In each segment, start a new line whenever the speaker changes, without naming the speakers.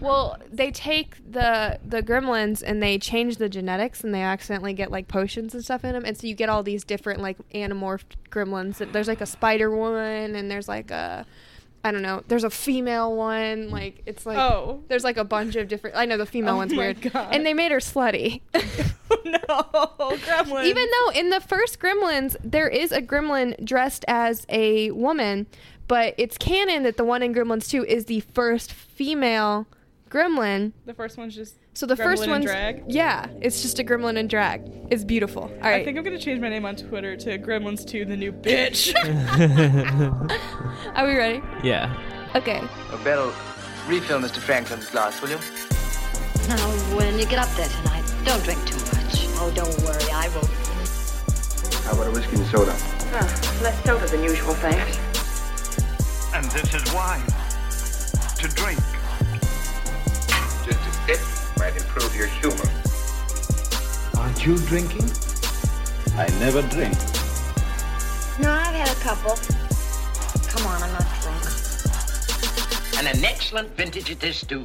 Well, they take the the gremlins and they change the genetics and they accidentally get like potions and stuff in them, and so you get all these different like anamorphed gremlins. That- There's like a spider woman and there's like a I don't know. There's a female one. Like it's like
Oh.
there's like a bunch of different. I know the female
Oh
one's
my
weird,
God.
and they made her slutty.
no, gremlin.
Even though in the first Gremlins, there is a gremlin dressed as a woman, but it's canon that the one in Gremlins 2 is the first female gremlin.
the first one's just.
So the
Gremlin
first
in
one's
drag?
Yeah, it's just a gremlin in drag. It's beautiful. All right.
I think I'm gonna change my name on Twitter to Gremlins 2, the new bitch.
Are we ready?
yeah.
Okay.
Bell, refill Mr. Franklin's glass, will you?
Now, when you get up there tonight, don't drink too much. Oh, don't worry, I won't.
How about a whiskey and soda?
Ah, Less soda than usual, thanks.
And this is wine to drink.
Just a sip might improve your humor.
Aren't you drinking?
I never drink.
No, I've had a couple. Come on, I'm not drunk.
And an excellent vintage it is, too.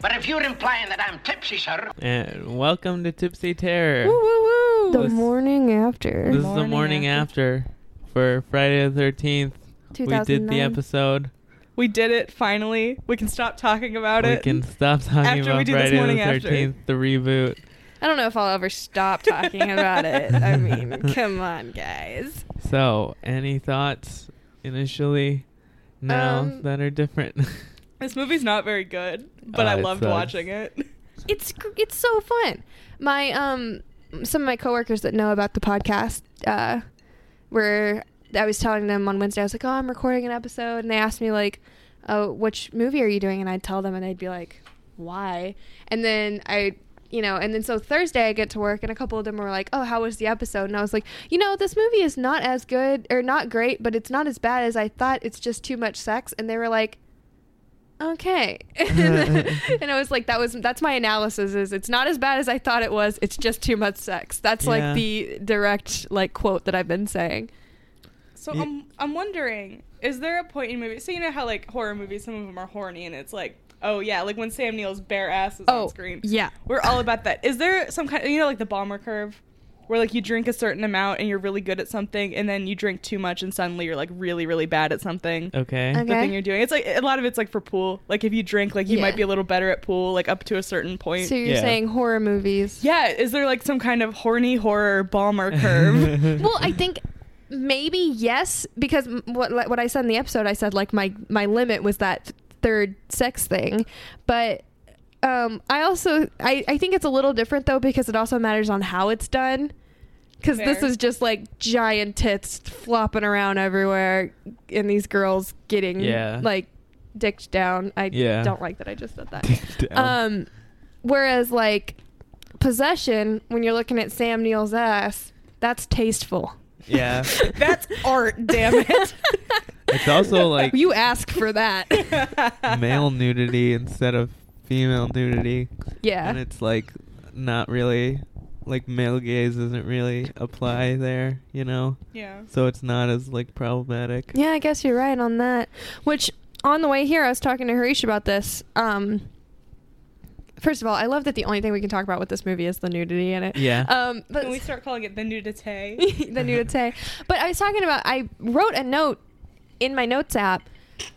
But if you're implying that I'm tipsy, sir,
And welcome to Tipsy Terror.
woo woo woo.
The
This-
morning after.
This is the
Morning
morning after, for Friday the 13th. We did the
2009.
episode.
We did it finally. We can stop talking about
we
it.
can stop talking
After we
about
do this
Friday
morning
the
after.
13th, the reboot.
I don't know if I'll ever stop talking about it. I mean, come on, guys.
So, any thoughts initially now
Um,
that are different?
This movie's not very good, but
Oh,
I
it
loved
sucks.
watching it.
it's gr- it's so fun. My um some of my coworkers that know about the podcast uh were I was telling them on Wednesday I was like, "Oh, I'm recording an episode." And they asked me like, "Oh, which movie are you doing?" And I'd tell them and they'd be like, "Why?" And then I you know, and then so Thursday I get to work and a couple of them were like, "Oh, how was the episode?" And I was like, "You know, this movie is not as good or not great, but it's not as bad as I thought. It's just too much sex." And they were like, okay and i was like that was that's my analysis is it's not as bad as i thought it was it's just too much sex that's
Yeah.
like the direct like quote that i've been saying
So
Ye-
I'm I'm wondering, is there a point in movies? So you know how like horror movies, some of them are horny, and it's like, oh yeah, like when Sam Neill's bare ass is
Oh,
on screen.
yeah
We're all about that. Is there some kind you know like the Balmer curve, where like you drink a certain amount and you're really good at something, and then you drink too much and suddenly you're like really really bad at something.
okay.
Okay.
The thing you're doing, it's like a lot of it's like for pool. Like if you drink, like you
Yeah.
might be a little better at pool, like up to a certain point.
so you're
Yeah.
saying horror movies
yeah, is there like some kind of horny horror Balmer curve?
well i think maybe yes because m- what like, what i said in the episode i said like my my limit was that third sex thing but um i also i i think it's a little different though because it also matters on how it's done because this
Fair.
is just like giant tits flopping around everywhere and these girls getting
Yeah.
like dicked down i
Yeah.
don't like that i just said that
Down.
um, whereas like possession, when you're looking at Sam Neill's ass, that's tasteful.
yeah.
That's art, damn it.
It's also like
You ask for that.
male nudity instead of female nudity. And
yeah.
it's like not really like male gaze doesn't really apply there, you know.
yeah.
So it's not as like problematic.
Yeah, I guess you're right on that. Which on the way here, I was talking to Harish about this. Um, first of all, I love that the only thing we can talk about with this movie is the nudity in it.
Yeah.
Um, but
Can we start calling it the nudite?
the nudity. But I was talking about I wrote a note in my notes app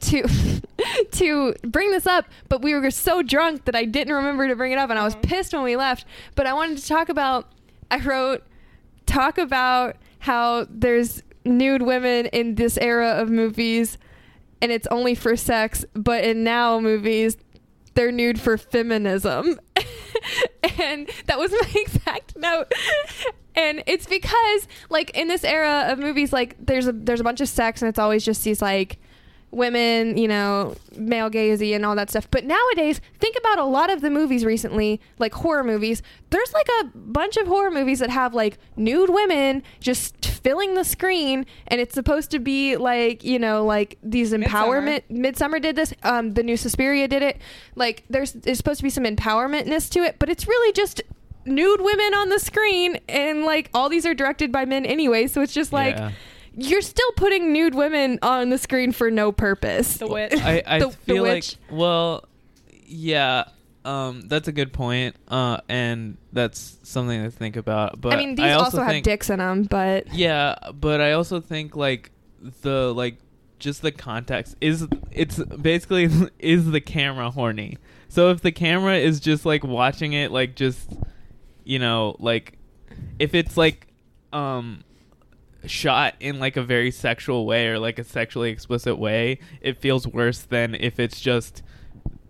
to to bring this up, but we were so drunk that I didn't remember to bring it up and I was pissed when we left. But I wanted to talk about I wrote talk about how there's nude women in this era of movies and it's only for sex, but in now movies they're nude for feminism. and that was my exact note. And it's because like in this era of movies like there's a there's a bunch of sex and it's always just these like women, you know, male gazy and all that stuff. But nowadays, think about a lot of the movies recently, like horror movies. There's like a bunch of horror movies that have like nude women just filling the screen and it's supposed to be like, you know, like these empowerment Midsummer did this, um the new Suspiria did it. Like there's there's supposed to be some empowermentness to it, but it's really just nude women on the screen and like all these are directed by men anyway, so it's just like
Yeah.
you're still putting nude women on the screen for no purpose.
The witch.
I, I
The- the
feel like
witch.
well Yeah, um, that's a good point, uh, and that's something to think about. But
I mean, these also,
also,
have
think,
dicks in them, but
Yeah, but I also think like the like just the context is it's basically is the camera horny. So if the camera is just like watching it, like just you know, like if it's like um shot in like a very sexual way or like a sexually explicit way, it feels worse than if it's just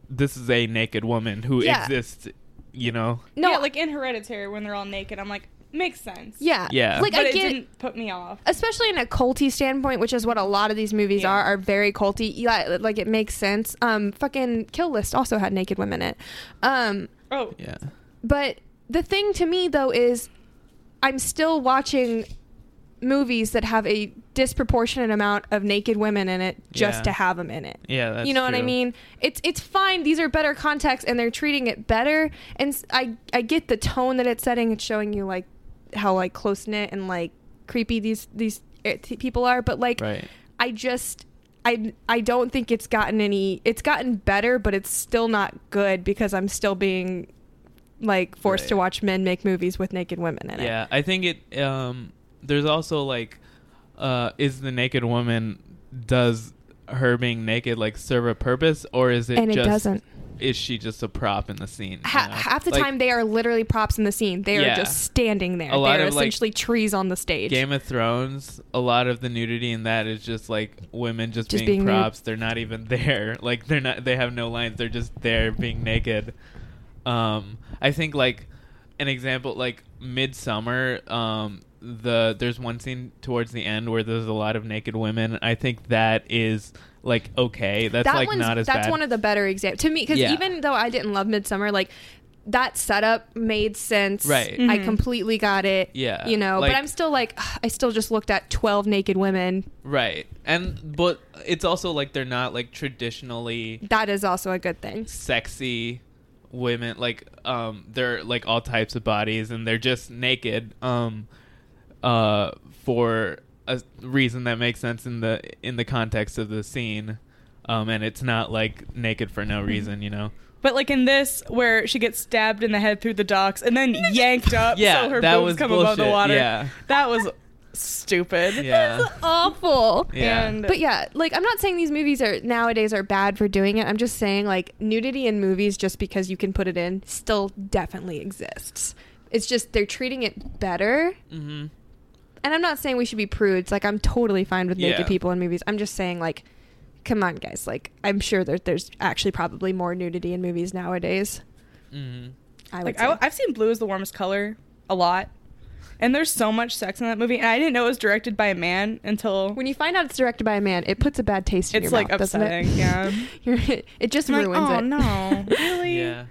this is a naked woman who
Yeah.
exists, you know.
no,
yeah,
like
like in Hereditary when they're all naked, I'm like, makes sense.
yeah,
Yeah.
Like
but
I
it
get,
didn't put me off.
especially in a culty standpoint, which is what a lot of these movies
Yeah.
are, are very culty. Yeah, like it makes sense. Um, fucking Kill List also had naked women in it. Um,
Oh,
Yeah.
but the thing to me though is, I'm still watching movies that have a disproportionate amount of naked women in it just
Yeah.
to have them in it.
Yeah, that's
you know what I
true.
mean? It's it's fine. These are better contexts, and they're treating it better. And s- I I get the tone that it's setting. It's showing you like how like close knit and like creepy these these eh, t- people are. But like
Right.
I just I I don't think it's gotten any. It's gotten better, but it's still not good because I'm still being like forced
Right.
to watch men make movies with naked women in it.
Yeah, I think it. Um, there's also like, uh, is the naked woman does her being naked like serve a purpose or is it
And it
just
doesn't.
is she just a prop in the scene? you
Ha-
know?
half the
Like,
time they are literally props in the scene. They are
Yeah.
just standing there.
A lot
they are
of, like,
essentially trees on the stage.
Game of Thrones, a lot of the nudity in that is just like women just,
Just
being,
being nude.
props. They're not even there. Like they're not. They have no lines. They're just there being naked. Um, I think like an example, like Midsummer. Um, the there's one scene towards the end where there's a lot of naked women. I think that is like okay. That's
that
like
one's
not as
that's
bad.
one of the better examples to me because
Yeah.
even though I didn't love Midsummer, like that setup made sense.
Right.
I completely got it.
Yeah,
you know,
like-
but I'm still like, ugh, I still just looked at twelve naked women.
right, and but it's also like they're not like traditionally
That is also a good thing.
sexy women like um they're like all types of bodies and they're just naked um uh for a reason that makes sense in the in the context of the scene um and it's not like naked for no reason you know
but like in this where she gets stabbed in the head through the docks and then yanked up,
Yeah,
so her
that
boobs
was
come above the
bullshit,
water.
yeah.
That was stupid.
yeah
Awful.
yeah
And
But yeah, like I'm not saying these movies are nowadays are bad for doing it. I'm just saying like nudity in movies just because you can put it in still definitely exists. It's just they're treating it better.
Mm.
Mm-hmm. And I'm not saying we should be prudes. Like I'm totally fine with naked
Yeah.
people in movies. I'm just saying like, come on guys. Like I'm sure that there's actually probably more nudity in movies nowadays.
Mhm.
I would
like
say.
I, I've seen blue is the warmest color a lot, and there's so much sex in that movie, and I didn't know it was directed by a man until
when you find out it's directed by a man, it puts a bad taste in
it's
your
like
mouth, doesn't
upsetting.
it?
Yeah.
You're- it just
I'm like,
ruins
oh
it.
no, really?
yeah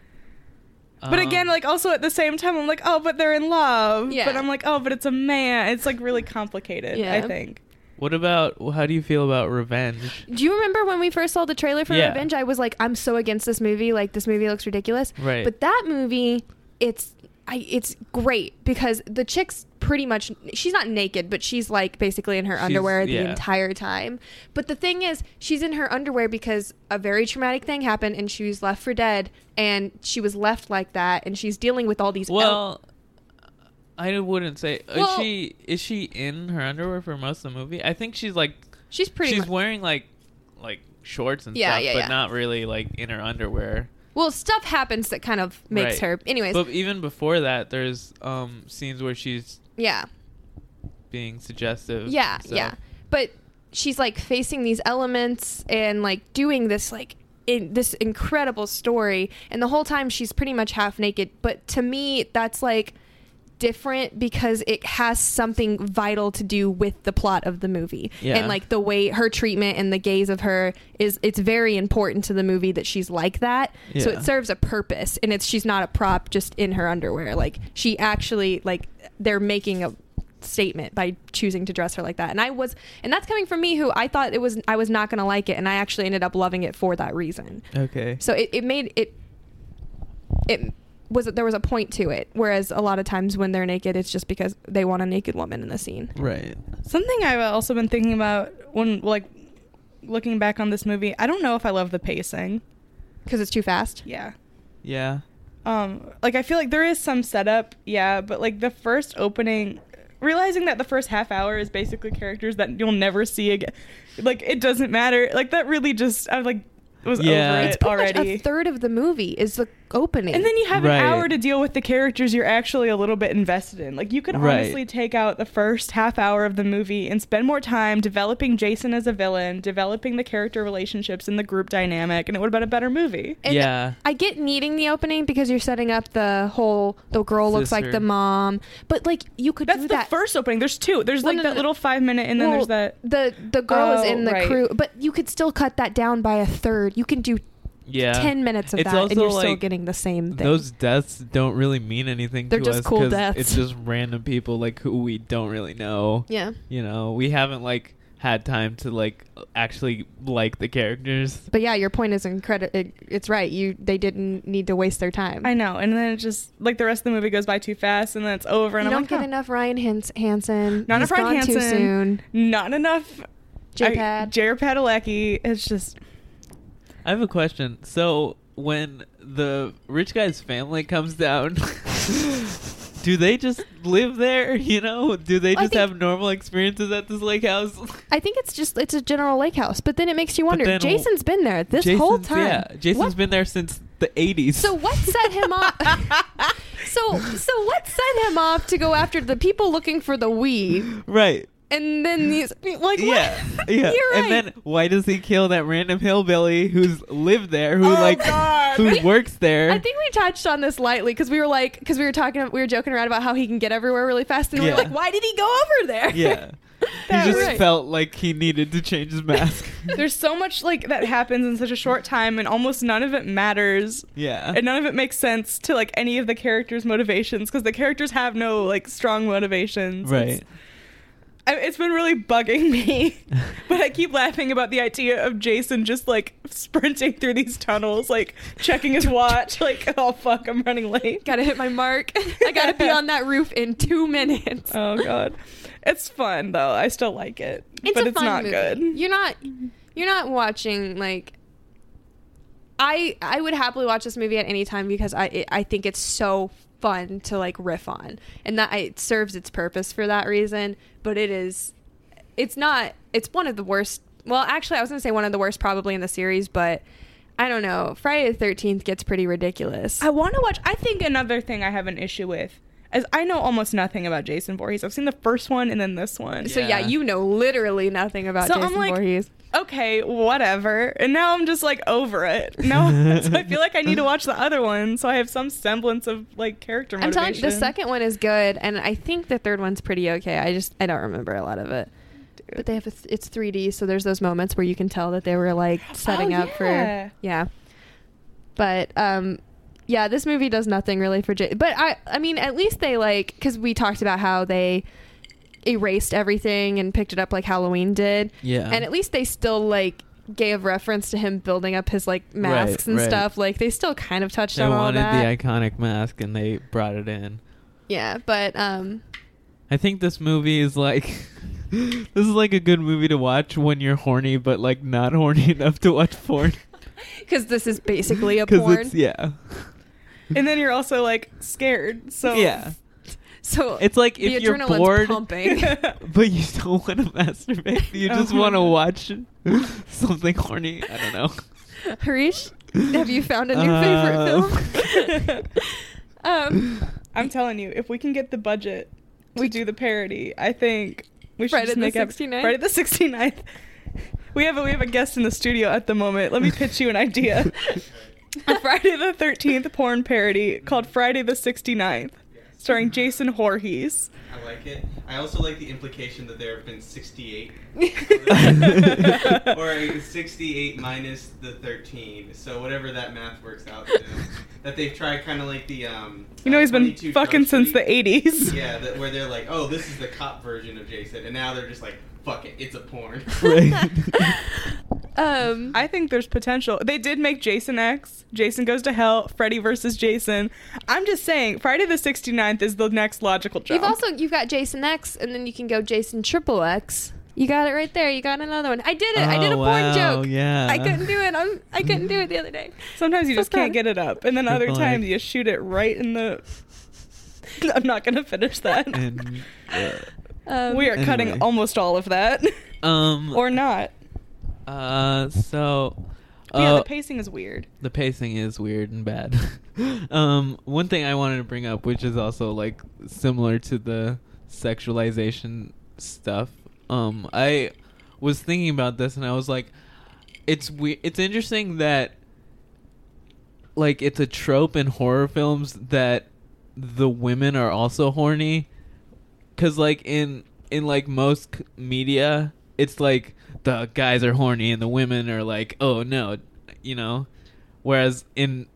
But again,
Um,
like oh also at the same time, I'm like, oh, but they're in love.
Yeah.
But I'm like, oh, but it's a man. It's like really complicated. I
Yeah.
think.
what about how do you feel about revenge
Do you remember when we first saw the trailer for
Yeah.
Revenge? I was like, I'm so against this movie. Like this movie looks ridiculous.
Right.
But that movie, it's I it's great because the chick's pretty much she's not naked, but she's like basically in her underwear the
yeah.
entire time. But the thing is, she's in her underwear because a very traumatic thing happened and she was left for dead and she was left like that and she's dealing with all these out-
well I wouldn't say uh,
Well-
is she is she in her underwear for most of the movie? I think she's like
she's pretty
she's
much,
wearing like like shorts and
Yeah,
stuff,
yeah,
but
yeah.
not really like in her underwear.
well stuff happens that kind of makes
Right.
her anyways.
But even before that, there's um scenes where she's
yeah.
being suggestive.
Yeah,
so-
yeah. But she's like facing these elements and like doing this like in this incredible story and the whole time she's pretty much half naked, but to me that's like different because it has something vital to do with the plot of the movie.
Yeah.
And like the way her treatment and the gaze of her is it's very important to the movie that she's like that. So
Yeah.
it serves a purpose and it's she's not a prop just in her underwear. Like she actually like they're making a statement by choosing to dress her like that. And I was and that's coming from me who I thought it was I was not gonna like it and I actually ended up loving it for that reason.
Okay.
So it, it made it it was there was a point to it. Whereas a lot of times when they're naked it's just because they want a naked woman in the scene.
Right.
Something I've also been thinking about when like looking back on this movie, I don't know if I love the pacing.
because it's too fast.
Yeah.
Yeah.
um like i feel like there is some setup yeah but like the first opening realizing that the first half hour is basically characters that you'll never see again like it doesn't matter like that really just i like was
Yeah.
over
It's
it
Pretty much
already
a third of the movie is the opening,
and then you have
Right.
an hour to deal with the characters you're actually a little bit invested in. Like you could
Right.
honestly take out the first half hour of the movie and spend more time developing Jason as a villain, developing the character relationships and the group dynamic, and it would have been a better movie.
And
Yeah.
I get needing the opening because you're setting up the whole the girl looks like
Sister.
the mom, but like you could
That's
do
the
that.
first opening. There's two. There's
No,
like
no,
that
no.
little five minute, and then
Well,
there's that.
the the girl is
Oh,
in the
right.
crew, but you could still cut that down by a third. You can do
Yeah.
ten minutes of
It's
that,
also
and you're still
like
getting the same thing.
Those deaths don't really mean anything
They're
to
just
us
cool
'cause
deaths.
it's just random people like who we don't really know.
yeah,
You know, we haven't like had time to like actually like the characters.
but yeah, your point is incredible. It, it's right. You they didn't need to waste their time.
I know, and then it just like the rest of the movie goes by too fast, and then it's over, and
you
I'm
don't
like,
get
huh,
enough Ryan Hans- Hansen.
not enough
He's
Ryan
gone
Hansen,
too soon.
not enough I-
J-Pad.
Jared Padalecki. It's just
I have a question. So when the rich guy's family comes down, do they just live there? You know, do they
I
just
think-
have normal experiences at this lake house?
I think it's just it's a general lake house, but then it makes you wonder.
then-
Jason's been there this whole
Jason's-
time.
Yeah, Jason's
What
been there since the '80s.
So what set him off? so so what set him off to go after the people looking for the weed,
right.
and then these like
Yeah,
what?
yeah.
You're right.
And then why does he kill that random hillbilly who's lived there, who like who
We-
works there?
Oh, I think we touched on this lightly because we were like because we were talking we were joking around about how he can get everywhere really fast, and we
Yeah.
were like, why did he go over there?
yeah,
That
he just
right.
felt like he needed to change his mask.
there's so much like that happens in such a short time, and almost none of it matters.
yeah,
And none of it makes sense to like any of the characters' motivations because the characters have no like strong motivations.
right.
It's, I- it's been really bugging me, but I keep laughing about the idea of Jason just like sprinting through these tunnels, like checking his watch, like oh fuck, I'm running late.
Gotta hit my mark. I gotta be on that roof in two minutes.
Oh god, it's fun though. I still like it, but
a
it's
fun
not
movie.
good.
You're not you're not watching like I I would happily watch this movie at any time because I it, I think it's so fun to like riff on and that it serves its purpose for that reason. But it is it's not it's one of the worst. Well, actually, I was gonna say one of the worst probably in the series, but. I don't know. Friday the Thirteenth gets pretty ridiculous.
I want to watch. I think another thing I have an issue with is I know almost nothing about Jason Voorhees. I've seen the first one and then this one.
so yeah,
Yeah.
you know literally nothing about
So I'm
Jason
like-
Voorhees.
okay, whatever. And now I'm just like over it. No, so I feel like I need to watch the other one so I have some semblance of like character
I'm
motivation.
telling you, the second one is good, and I think the third one's pretty okay. I just I don't remember a lot of it. But they have a th- it's 3D, so there's those moments where you can tell that they were like setting
Oh,
up
yeah.
for yeah. But um, yeah, this movie does nothing really for J. But I I mean, at least they like because we talked about how they erased everything and picked it up like Halloween did.
Yeah.
and at least they still like gave reference to him building up his like masks and
right.
stuff. Like they still kind of touched
They
on all
wanted
that.
the iconic mask, and they brought it in.
yeah, but um,
I think this movie is like this is like a good movie to watch when you're horny, but like not horny enough to watch porn.
Because this is basically a
'Cause
porn.
it's yeah,
and then you're also like scared. So
yeah.
so
It's like if
the
you're
adrenaline's
bored,
pumping.
but you don't want to masturbate. You just
Oh.
want to watch something horny. I don't know. Uh,
Harish, have you found a new favorite film? um,
I'm telling you, if we can get the budget to do the parody, I think we should
Friday
just
the
make up
69th?
Friday the 69th. We have a we have a guest in the studio at the moment. Let me pitch you an idea. a Friday the 13th porn parody called Friday the 69th, starring Jason Voorhees.
I like it. I also like the implication that there have been 68, or a 68 minus the 13. So whatever that math works out to, that they've tried kind of like the um.
You know he's been
22
fucking
Jump
since the
Street.
80s.
Yeah, that, where they're like, oh, this is the cop version of Jason, and now they're just like, fuck it, it's a porn.
um,
I think there's potential. They did make Jason X, Jason Goes to Hell, Freddy versus Jason. I'm just saying, Friday the 69th is the next logical jump.
you've also you've got Jason X, and then you can go Jason Triple X. You got it right there. You got another one. I did it. I did a
Oh,
porn
wow,
joke.
yeah.
I couldn't do it. I'm, I couldn't do it the other day.
Sometimes you
So
just can't
proud.
get it up, and then other
Good
times
point.
you shoot it right in the. I'm not gonna finish that.
And uh,
Um,
we are
Anyway.
cutting almost all of that,
um
or not.
uh so uh,
yeah, the pacing is weird.
the pacing is weird and bad. um, one thing I wanted to bring up, which is also like similar to the sexualization stuff. Um, I was thinking about this, and I was like, it's we- It's interesting that like it's a trope in horror films that the women are also horny because like in in like most c- media it's like the guys are horny and the women are like oh no you know whereas in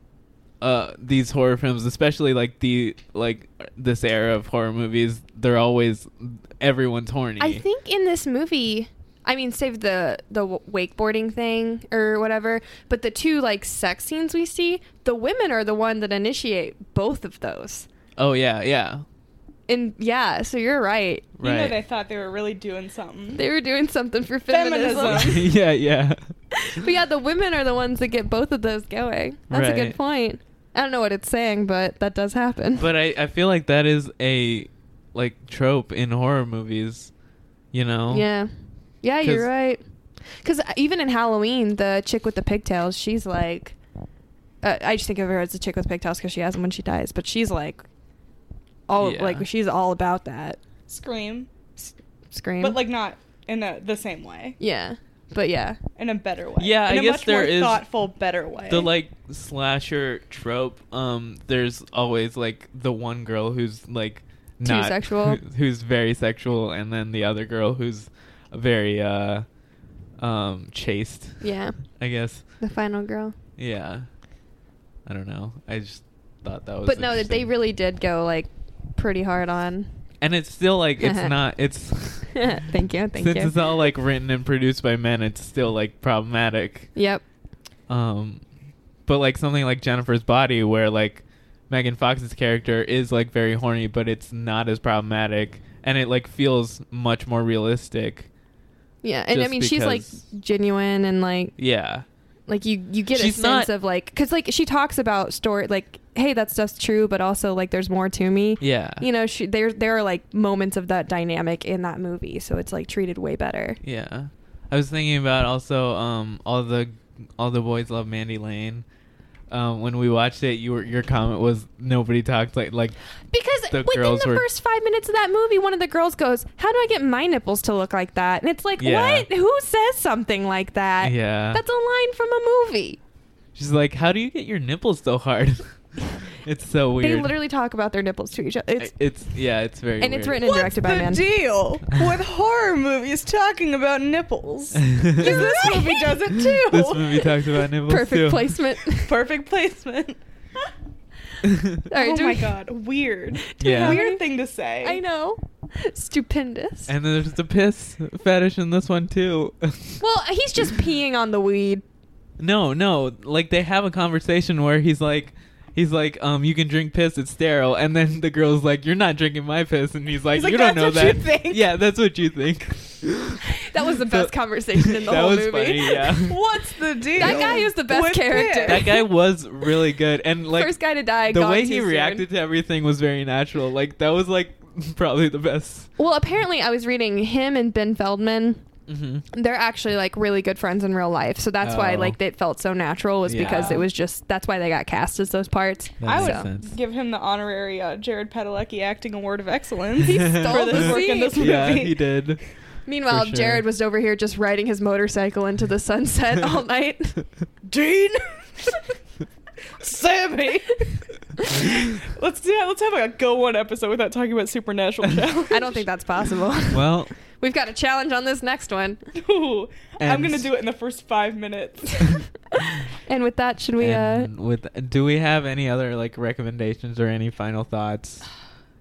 uh these horror films especially like the like this era of horror movies they're always everyone's horny
I think in this movie, I mean, save the the w- wakeboarding thing or whatever, but the two like sex scenes we see, the women are the one that initiate both of those.
oh yeah yeah
And yeah, so you're right.
right
You know, they thought they were really doing something.
They were doing something for feminism.
Feminism.
yeah yeah
but yeah, the women are the ones that get both of those going. That's a
Right.
good point. I don't know what it's saying, but that does happen.
but I, I feel like that is a like trope in horror movies you know
Yeah. Yeah,
'Cause-
you're right. Because even in Halloween, the chick with the pigtails, she's like, uh, I just think of her as the chick with pigtails because she has them when she dies. But she's like, all
Yeah.
like she's all about that
Scream,
s- scream.
but like not in a, the same way,
yeah, but yeah,
in a better way.
Yeah, I
in a
guess
much
there
more
is
thoughtful, better way.
the like slasher trope um there's always like the one girl who's like
Too
not
sexual.
who's very sexual and then the other girl who's very uh um chaste
yeah,
i guess
the final girl.
yeah i don't know i just thought that was
But no, that they
interesting.
really did go like pretty hard on.
and it's still like it's not it's
Thank you, thank
since
you.
it's all like written and produced by men it's still like problematic
Yep.
Um, but like something like Jennifer's Body, where like Megan Fox's character is like very horny, but it's not as problematic, and it like feels much more realistic.
Yeah, and I
Just
mean she's like
because-
genuine and like
Yeah,
like you you get
She's
a sense
not-
of like because like she talks about story like hey that stuff's true but also like there's more to me
yeah,
you know she there there are like moments of that dynamic in that movie so it's like treated way better
yeah. I was thinking about also um all the all the boys love Mandy Lane. Um, when we watched it, you were, your comment was nobody talked like like
because
The
within
girls
the
were-
first five minutes of that movie one of the girls goes how do i get my nipples to look like that and it's like
Yeah.
what who says something like that
yeah.
that's a line from a movie
She's like, how do you get your nipples so hard? it's so weird.
they literally talk about their nipples to each other it's
it's yeah, it's very
and it's written
weird.
and
What's
directed
the
by men
deal with horror movies talking about nipples?
You're
this movie does it too.
This movie talks about nipples
perfect
too.
placement
Perfect placement.
All right,
oh
do
my
we-
god, weird.
Yeah.
Weird thing to say.
I know. Stupendous.
And there's the piss fetish in this one too.
well, he's just peeing on the weed.
no, no. Like they have a conversation where he's like he's like, um, you can drink piss, it's sterile and then the girl's like, You're not drinking my piss and he's like,
He's like,
You don't know
"That's
that.
what you think."
Yeah, that's what you think.
That was the
So-
best conversation in the
that
whole
was
movie.
funny, yeah.
What's the deal?
That guy is the best
with
character.
this?
that guy was really good and like
First guy to die.
the
gone
way
too
he
soon.
reacted to everything was very natural. Like that was like probably the best.
Well, apparently, I was reading him and Ben Feldman.
Mm-hmm.
They're actually like really good friends in real life, so that's why
Oh.
like it felt so natural was because
Yeah.
it was just that's why they got cast as those parts.
I would
makes
sense.
give him the honorary uh, Jared Padalecki acting award of excellence
He stole
for
the
this work in this
scene.
movie.
Yeah, he did.
Meanwhile,
For sure.
Jared was over here just riding his motorcycle into the sunset all night.
Dean, Sammy. let's yeah, let's have a go one episode without talking about supernatural. challenge.
I don't think that's possible.
Well,
We've got a challenge on this next one.
Ooh, I'm
And-
gonna do it in the first five minutes.
And with that, should we? Uh,
and with do we have any other like recommendations or any final thoughts?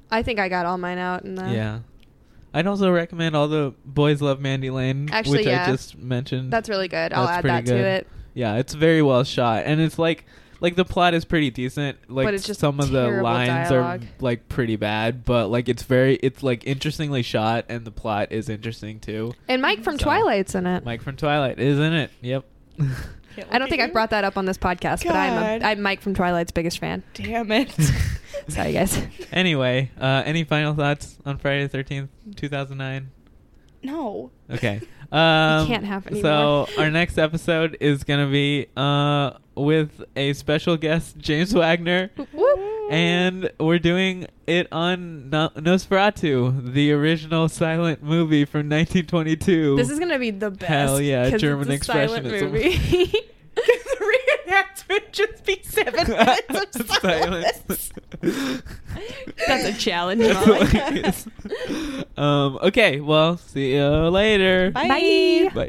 I think I got all mine out. And uh,
yeah. I'd also recommend all the boys love Mandy Lane,
Actually,
which
yeah.
I just mentioned.
that's really good. I'll
That's
add
pretty
that to
good.
it.
yeah, it's very well shot, and it's like like the plot is pretty decent. Like
But it's just
some of the
terrible
lines
dialogue.
are like pretty bad, but like it's very it's like interestingly shot and the plot is interesting too.
And Mike from
So-
Twilight's in it.
Mike from Twilight, isn't it? Yep.
I don't think I brought that up on this podcast, but I'm
God.
a, I'm Mike from Twilight's biggest fan.
Damn it.
Sorry, guys.
anyway, uh, any final thoughts on Friday the Thirteenth, two thousand nine?
no.
Okay. Um,
can't have any
So
more.
our next episode is gonna be uh, with a special guest, James Wagner,
Whoop.
and we're doing it on no- Nosferatu, the original silent movie from 1922.
This is gonna be the best.
Hell yeah,
'cause
German
it's a silent
expressionism.
movie.
the reenactment just be seven minutes of silence.
Silence.
That's a challenge.
That's
Mom.
what it is. um, okay, well, see you later.
Bye.
Bye.